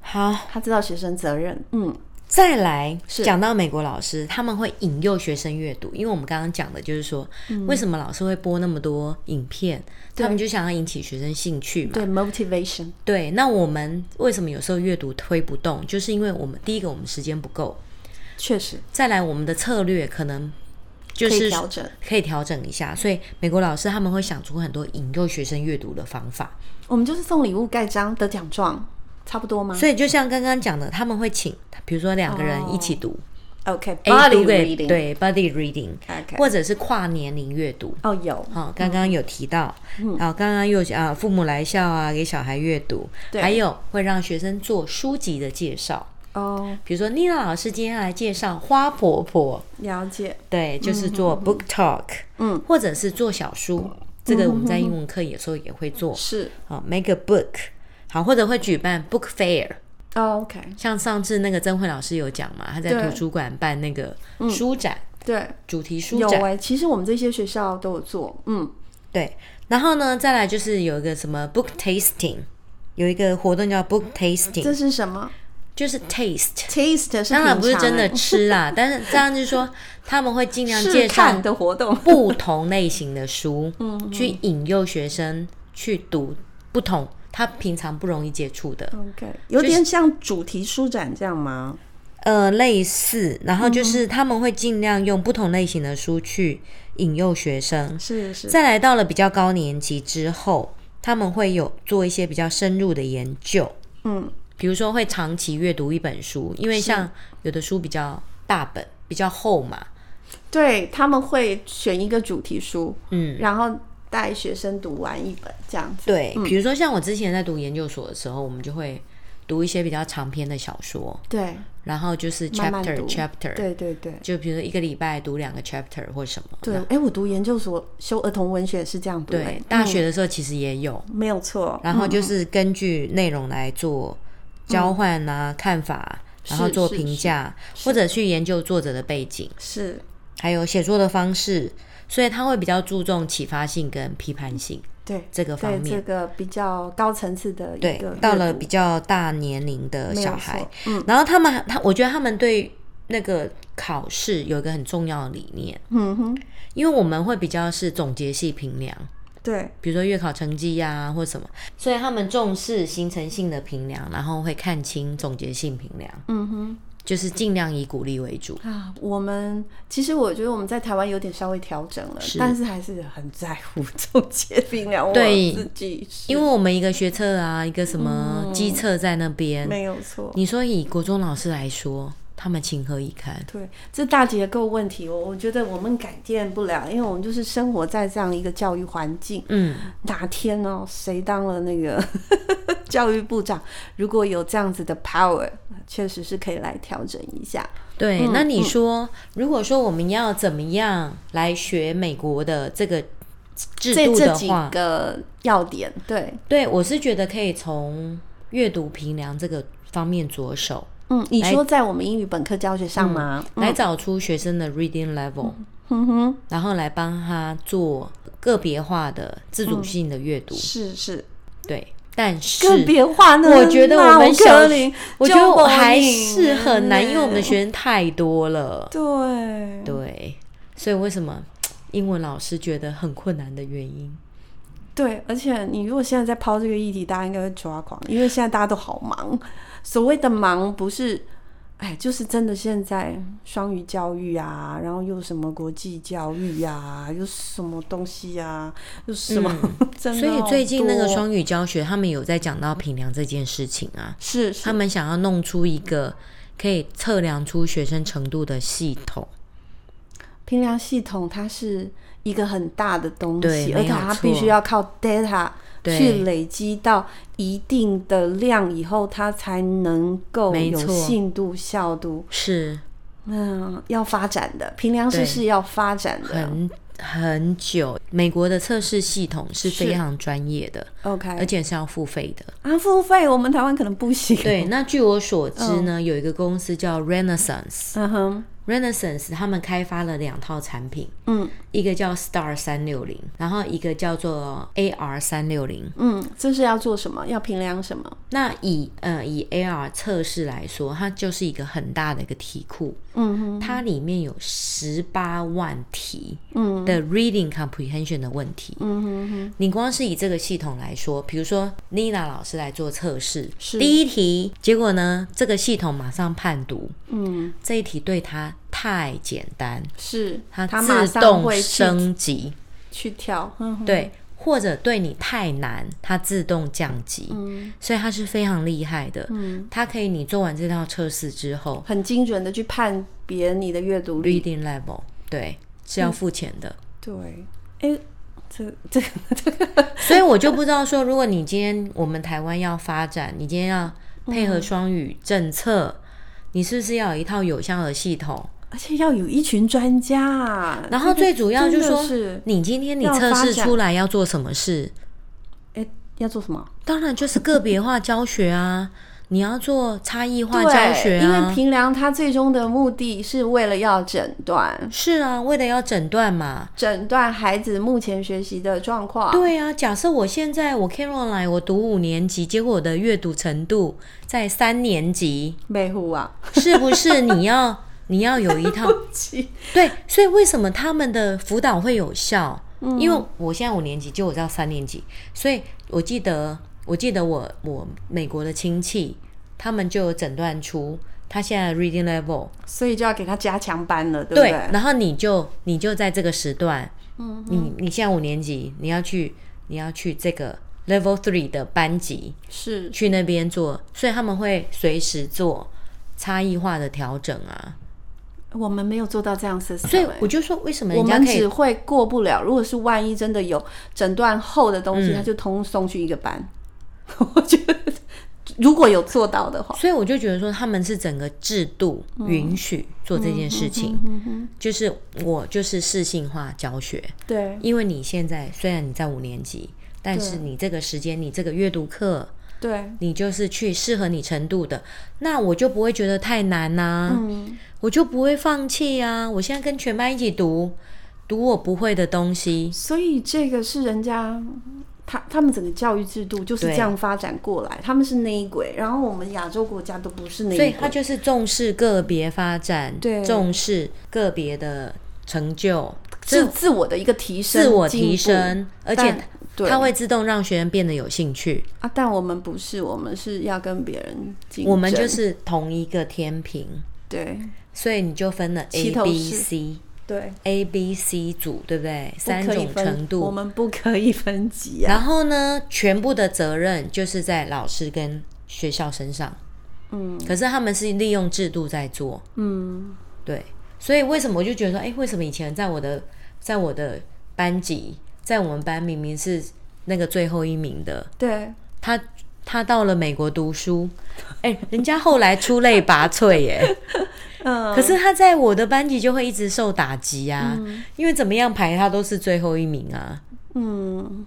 B: 好，
A: 他知道学生责任，嗯，
B: 再来
A: 是
B: 讲到美国老师，他们会引诱学生阅读，因为我们刚刚讲的就是说，
A: 嗯
B: 为什么老师会播那么多影片，他们就想要引起学生兴趣嘛，
A: 对，motivation，
B: 对，那我们为什么有时候阅读推不动，就是因为我们第一个我们时间不够，
A: 确实
B: 再来我们的策略可能就
A: 可以
B: 是
A: 调整。
B: 可以调整一下，所以美国老师他们会想出很多引诱学生阅读的方法。
A: 我们就是送礼物盖章得奖状，差不多吗？
B: 所以就像刚刚讲的，他们会请，比如说两个人一起读
A: OK，
B: ，A
A: 哦 body
B: 读给
A: reading，
B: 哎对 body reading，
A: ，OK，
B: 或者是跨年龄阅读。
A: 哦有，
B: 好、刚刚有提到，
A: 嗯
B: 好、刚刚又啊，父母来校啊，给小孩阅读，
A: 对
B: 还有会让学生做书籍的介绍，
A: 哦
B: 比如说妮娜老师今天要来介绍《花婆婆》，
A: 了解，
B: 对，就是做 book talk，
A: 嗯，
B: 或者是做小书，这个我们在英文课有时候也会做，
A: 是
B: 好、m a k e a book，好，或者会举办 book fair，
A: 哦 OK，
B: 像上次那个曾慧老师有讲嘛，他在
A: 对
B: 图书馆办那个书展，
A: 对，
B: 主题书
A: 有
B: 展，
A: 哎，其实我们这些学校都有做，嗯，
B: 对，然后呢，再来就是有一个什么 book tasting，有一个活动叫 book tasting，
A: 这是什么
B: 就是 taste。
A: ？Taste 是
B: 当然不是
A: 品尝
B: 真的
A: 哎
B: 吃啦，但是这样就是说，他们会尽量介
A: 试
B: 绍
A: 探的嗯活动，
B: 不同类型的 书，去引诱学生去读不同他平常不容易接触的，
A: OK，有点像主题书展这样吗？
B: 呃，类似。然
A: 嗯
B: 后就是他们会尽量用不同类型的书去引诱学生。
A: 是是，
B: 再来到了比较高年级之后，他们会有做一些比较深入的研究，
A: 嗯，
B: 比如说会长期阅读一本书，因为像有的书比较大本、比较厚嘛，
A: 对，他们会选一个主题书，
B: 嗯，
A: 然后带学生读完一本这样子，
B: 对，比如说像我之前在读研究所的时候，我们就会读一些比较长篇的小说，
A: 对，
B: 然后就是
A: 慢慢
B: chapter
A: 读
B: chapter，
A: 对对对。
B: 就比如说一个礼拜读两个 chapter 或什么。
A: 对，哎，我读研究所修儿童文学是这样读，哎
B: 对，大学的时候其实也有，
A: 没有错。嗯
B: 然后就是根据内容来做交换啊、看法，然后
A: 嗯是
B: 做
A: 是
B: 评
A: 是
B: 价，或者去研究作者的背景，
A: 是
B: 还有写作的方式。所以他会比较注重启发性跟批判性
A: 对
B: 这个方
A: 对
B: 面。
A: 这个比较高层次的一
B: 对
A: 个，
B: 到
A: 阅
B: 了
A: 读
B: 比较大年龄的
A: 没有
B: 小孩
A: 错，嗯
B: 然后他们他，我觉得他们对那个考试有一个很重要的理念，
A: 嗯哼，
B: 因为我们会比较是总结性评量，
A: 对
B: 比如说月考成绩呀、或什么，所以他们重视形成性的评量，然后会看清总结性评量，
A: 嗯哼
B: 就是尽量以鼓励为主。
A: 啊，我们其实我觉得我们在台湾有点稍微调整了，
B: 是
A: 但是还是很在乎 总结冰凉，我
B: 对
A: 自己是
B: 因为我们一个学测啊，一个什么机测在那
A: 嗯
B: 边，
A: 没有错。
B: 你说以国中老师来说，他们情何以堪？
A: 对，这大结构问题，我我觉得我们改变不了，因为我们就是生活在这样一个教育环境。
B: 嗯，
A: 哪天哦，谁当了那个 教育部长，如果有这样子的 power，确实是可以来调整一下。
B: 对，
A: 嗯
B: 那你说，如果说我们要怎么样来学美国的这个制
A: 这
B: 度
A: 这
B: 的
A: 几
B: 话，
A: 个要点，对，
B: 对我是觉得可以从阅读评量这个方面着手，
A: 嗯，你
B: 来嗯
A: 说在我们英语本科教学上吗？
B: 来找出学生的 reading level，、
A: 嗯哼，
B: 然后来帮他做个别化的自主性的阅读。
A: 是是，
B: 对，但是
A: 嗯个别化呢？
B: 我觉得我
A: 那
B: 们
A: 可
B: 小
A: 怜
B: 我觉得我
A: 就
B: 还
A: 你
B: 是很难，因为我们的
A: 呢
B: 学生太多了。
A: 对
B: 对，所以为什么？英文老师觉得很困难的原因。
A: 对，而且你如果现在在抛这个议题，大家应该会抓狂，因为现在大家都好忙。所谓的忙，不是，哎，就是真的现在双语教育啊，然后又什么国际教育啊，又什么东西啊，又什么， 真的
B: 嗯所以最近那个
A: 好多
B: 双语教学，他们有在讲到评量这件事情啊，
A: 是是
B: 他们想要弄出一个可以测量出学生程度的系统。
A: 评量系统，它是一个很大的东西，
B: 对
A: 而
B: 没
A: 且
B: 有
A: 它
B: 错
A: 必须要靠 data
B: 对
A: 去累积到一定的量以后，它才能够
B: 没
A: 有
B: 错
A: 信度、效度。
B: 是
A: 嗯，要发展的评量式
B: 对
A: 是要发展的。
B: 很很久，美国的测试系统是非常专业的，
A: OK，
B: 而且是要付费的。
A: 啊，付费我们台湾可能不行。
B: 对，，那据我所知呢，有一个公司叫 Renaissance，Renaissance
A: 嗯哼，
B: 他们开发了两套产品，
A: 嗯
B: 一个叫 Star 三六零，然后一个叫做 AR 三六零。
A: 嗯，这是要做什么？要评量什么？
B: 那以呃以 AR 测试来说，它就是一个很大的一个题库，
A: 嗯哼，
B: 它里面有十八万题
A: 嗯
B: 的 reading comprehension 的问题。
A: 嗯哼哼，
B: 你光是以这个系统来说，比如说 Nina 老师来做测试，
A: 是
B: 第一题，结果呢，这个系统马上判读
A: 嗯，
B: 这一题对他太简单，
A: 是，
B: 它
A: 它马
B: 自
A: 上
B: 动
A: 会去
B: 升级，
A: 去跳。嗯哼，
B: 对，或者对你太难，它自动降级，
A: 嗯
B: 所以它是非常厉害的。
A: 嗯，
B: 它可以你做完这套测试之后
A: 很精准的去判别你的阅读力。
B: ，reading level 对是要付钱的。
A: 嗯对，哎，这这个这个
B: 所以我就不知道说，如果你今天我们台湾要发展，你今天要配合双语政策，你是不是要有一套有效的系统？
A: 而且要有一群专家啊，
B: 然后最主要就是说
A: 真的是，
B: 你今天你
A: 要
B: 测
A: 发
B: 试
A: 展
B: 出来要做什么事？
A: 哎，要做什么？
B: 当然就是个别化教学啊，你要做差异化
A: 对，
B: 教学
A: 因为
B: 啊。
A: 评量它最终的目的是为了要诊断，
B: 是啊，为了要诊断嘛。
A: 诊断孩子目前学习的状况。
B: 对啊，假设我现在我 Caroline 我读五年级，结果我的阅读程度在三年级，
A: 美户啊，
B: 是不是你要 你要有一套？对，所以为什么他们的辅导会有效？因为我现在五年级，就我到三年级，所以我记得，我记得我我美国的亲戚，他们就有诊断出他现在的 reading level，
A: 所以就要给他加强班了，对不
B: 对，
A: 对？
B: 然后你就你就在这个时段，嗯，你你现在五年级，你要去你要去这个 level three 的班级
A: 是
B: 去那边做，所以他们会随时做差异化的调整啊。
A: 我们没有做到这样子，
B: 所以我就说，为什么
A: 我
B: 人家
A: 们
B: 可以
A: 只会过不了。如果是万一真的有诊断后的
B: 嗯
A: 东西，他就通送去一个班。 我觉得如果有做到的话，
B: 所以我就觉得说，他们是整个制度允许做这件事
A: 嗯
B: 情，就是我就是适性化教学，
A: 对
B: 因为你现在虽然你在五年级，但是你这个时间，你这个阅读课，
A: 对，
B: 你就是去适合你程度的，那我就不会觉得太难呐、
A: 嗯，
B: 我就不会放弃啊，我现在跟全班一起读，读我不会的东西，
A: 所以这个是人家。他他们整个教育制度就是
B: 对
A: 这样发展过来，他们是内一轨，然后我们亚洲国家都不是内一
B: 所
A: 轨，
B: 以他就是重视个别发展，
A: 对
B: 重视个别的成就，
A: 是自我的一个提升，
B: 自我
A: 进
B: 提
A: 步
B: 升，而且
A: 但对
B: 它会自动让学生变得有兴趣。
A: 啊，但我们不是，我们是要跟别人竞争，
B: 我们就是同一个天平，
A: 对
B: 所以你就分了
A: 齐
B: A、
A: 头
B: B、
A: 式
B: C、
A: 对，
B: A、B、C 组，对不对？
A: 不可以
B: 三种
A: 分
B: 程
A: 我
B: 度。
A: 们不可以分级啊。
B: 然后呢，全部的责任就是在老师跟学校身上。
A: 嗯
B: 可是他们是利用制度在做，
A: 嗯，
B: 对。所以为什么我就觉得说，哎，为什么以前在我的在我的班级，在我们班明明是那个最后一名的，
A: 对，
B: 他他到了美国读书，哎、人家后来出类拔萃耶。
A: 嗯，
B: 可是他在我的班级就会一直受打击啊，因为怎么样排他都是最后一名啊，
A: 嗯，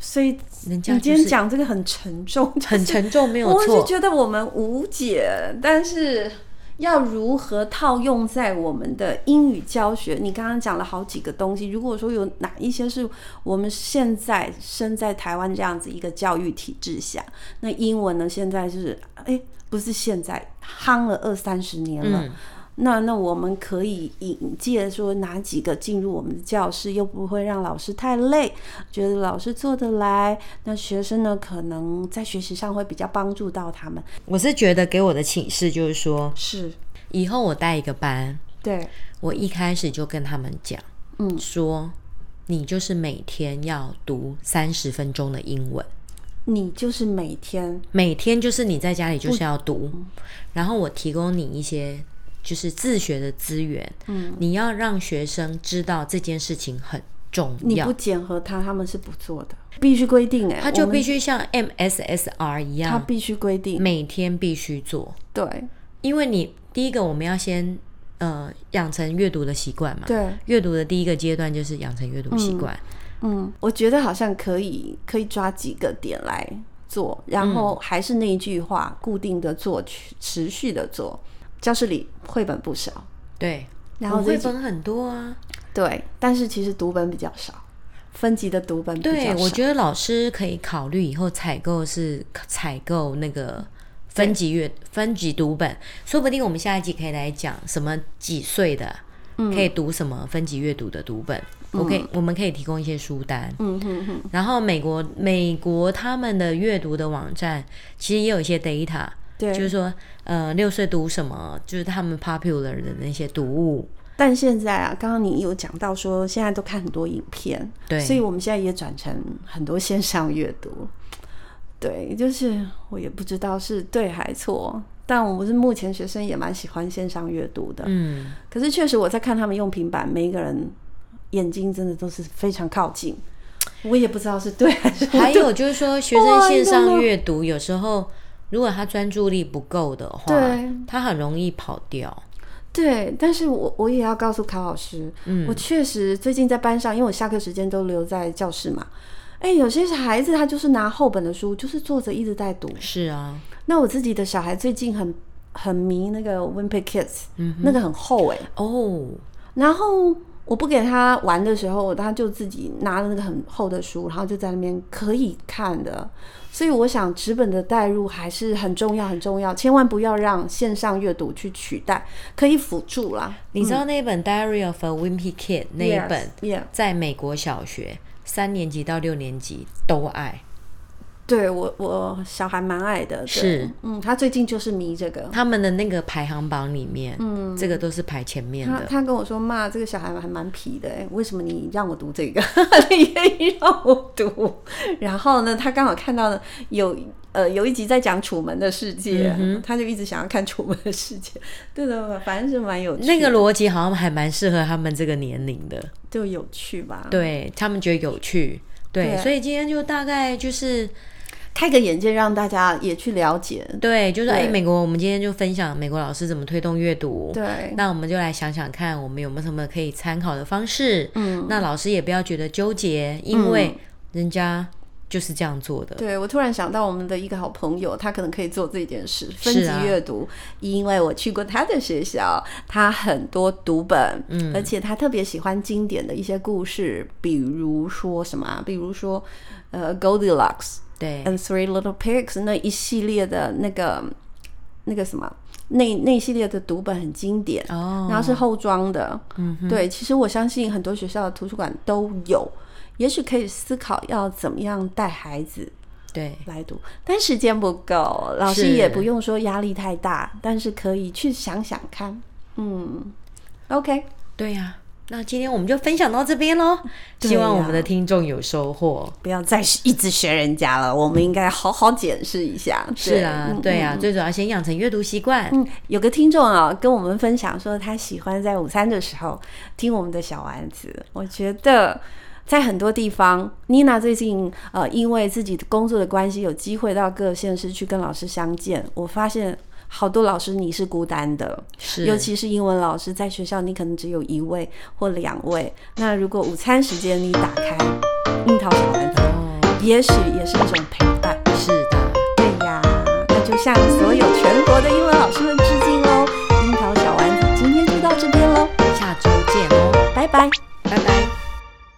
A: 所以
B: 人家
A: 你今天
B: 就是
A: 讲这个很沉 重，就是
B: 很沉重，没有
A: 我是
B: 错。
A: 觉得我们无解，但是要如何套用在我们的英语教学？你刚刚讲了好几个东西，如果说有哪一些是我们现在身在台湾这样子一个教育体制下，那英文呢现在是哎。不是现在夯了二三十年了，
B: 嗯
A: 那那我们可以引荐说哪几个进入我们的教室，又不会让老师太累，觉得老师做得来，那学生呢可能在学习上会比较帮助到他们。
B: 我是觉得给我的启示就是说，
A: 是，
B: 以后我带一个班，
A: 对，
B: 我一开始就跟他们讲，
A: 嗯
B: 说你就是每天要读三十分钟的英文，
A: 你就是每天
B: 每天就是你在家里就是要读，然后我提供你一些就是自学的资源，嗯，你要让学生知道这件事情很重
A: 你
B: 要
A: 不，检核他，他们是不做的，必须规定哎、
B: 他就
A: 我们
B: 必须像 MSSR 一
A: 他
B: 样，
A: 必须规定，
B: 每天必须做，
A: 对
B: 因为你第一个我们要先呃养成阅读的习惯嘛，
A: 对，
B: 阅读的第一个阶段就是养成阅读习惯，
A: 嗯，我觉得好像可以可以抓几个点来做，然后还是那一句话，固定的做，持持续的做。教室里绘本不少，
B: 对，
A: 然后
B: 我绘
A: 这
B: 本很多啊，
A: 对，但是其实读本比较少，分级的读本比较少。
B: 对，我觉得老师可以考虑以后采购是采购那个分级阅分级读本，说不定我们下一集可以来讲什么几岁的、
A: 嗯
B: 可以读什么分级阅读的读本。我可以，我们可以提供一些书单。
A: 嗯哼哼，
B: 然后美国美国他们的阅读的网站其实也有一些 data，
A: 对，
B: 就是说呃六岁读什么，就是他们 popular 的那些读物。
A: 但现在啊，刚刚你有讲到说，现在都看很多影片，
B: 对
A: 所以我们现在也转成很多线上阅读。对，就是我也不知道是对还错，但我们是目前学生也蛮喜欢线上阅读的。
B: 嗯，
A: 可是确实我在看他们用平板，每一个人眼睛真的都是非常靠近，我也不知道是对还是不
B: 还
A: 对。
B: 有就是说，学生线上阅读有时 候，如果他专注力不够的话
A: 对，
B: 他很容易跑掉。
A: 对，但是我我也要告诉考老师，我确实最近在班上，因为我下课时间都留在教室嘛。哎，有些孩子他就是拿厚本的书，就是坐着一直在读。
B: 是啊，
A: 那我自己的小孩最近很很迷那个 Wimpy Kids，、那个很厚哎、
B: 哦，
A: 然后我不给他玩的时候，他就自己拿了那个很厚的书，然后就在那边可以看的。所以我想，纸本的带入还是很重要，很重要，千万不要让线上阅读去取代，可以辅助啦。
B: 你知道那本《Diary of a Wimpy Kid》那
A: 嗯
B: 一本，
A: ，Yeah，
B: 在美国小学三年级到六年级都爱，
A: 对我我小孩蛮爱的，对
B: 是，
A: 嗯，他最近就是迷这个。
B: 他们的那个排行榜里面，嗯，这个都是排前面
A: 他
B: 的。
A: 他跟我说：“妈，这个小孩还蛮皮的、欸，为什么你让我读这个， 你愿意让我读？”然后呢，他刚好看到了有呃有一集在讲《楚门的世界》
B: 嗯
A: 他就一直想要看《楚门的世界》。对的，反正是蛮有趣，
B: 那个逻辑好像还蛮适合他们这个年龄的。
A: 就有趣吧。，
B: 对他们觉得有趣。对，
A: 嗯对
B: 所以今天就大概就是
A: 开个眼界，让大家也去了解。
B: 对，就是
A: 对
B: 哎，美国，我们今天就分享美国老师怎么推动阅读。
A: 对，
B: 那我们就来想想看，我们有没有什么可以参考的方式？嗯，那老师也不要觉得纠结，因
A: 嗯
B: 为人家就是这样做的。
A: 对，我突然想到我们的一个好朋友，他可能可以做这件事，分
B: 是
A: 级
B: 啊
A: 阅读。因为我去过他的学校，他很多读本，嗯，而且他特别喜欢经典的一些故事，比如说什么啊，比如说呃《Goldilocks
B: 对，》
A: and Three Little Pigs 那一系列的那个那个什么。啊那那一系列的读本很经典，
B: 哦，
A: 然后是厚装的，嗯，对，其实我相信很多学校的图书馆都有，也许可以思考要怎么样带孩子
B: 对，
A: 来读，但时间不够，老师
B: 是
A: 也不用说压力太大，但是可以去想想看，嗯，OK，
B: 对呀、那今天我们就分享到这边喽，希望我们的听众有收获。
A: 不要再一直学人家了，我们应该好好检视一下。
B: 是啊，
A: 嗯
B: 对啊，最主要先养成阅读习惯。
A: 嗯，有个听众啊、跟我们分享说，他喜欢在午餐的时候听我们的小丸子。我觉得在很多地方，妮娜最近呃，因为自己的工作的关系，有机会到各县市去跟老师相见。我发现好多老师你是孤单的，
B: 是，
A: 尤其是英文老师，在学校你可能只有一位或两位。那如果午餐时间你打开樱桃小丸子，
B: 哦，
A: 也许也是一种陪伴。
B: 是的，
A: 对呀，那就向所有全国的英文老师们致敬喽！樱桃小丸子今天就到这边喽，
B: 下周见哦，
A: 拜拜。
B: 拜拜。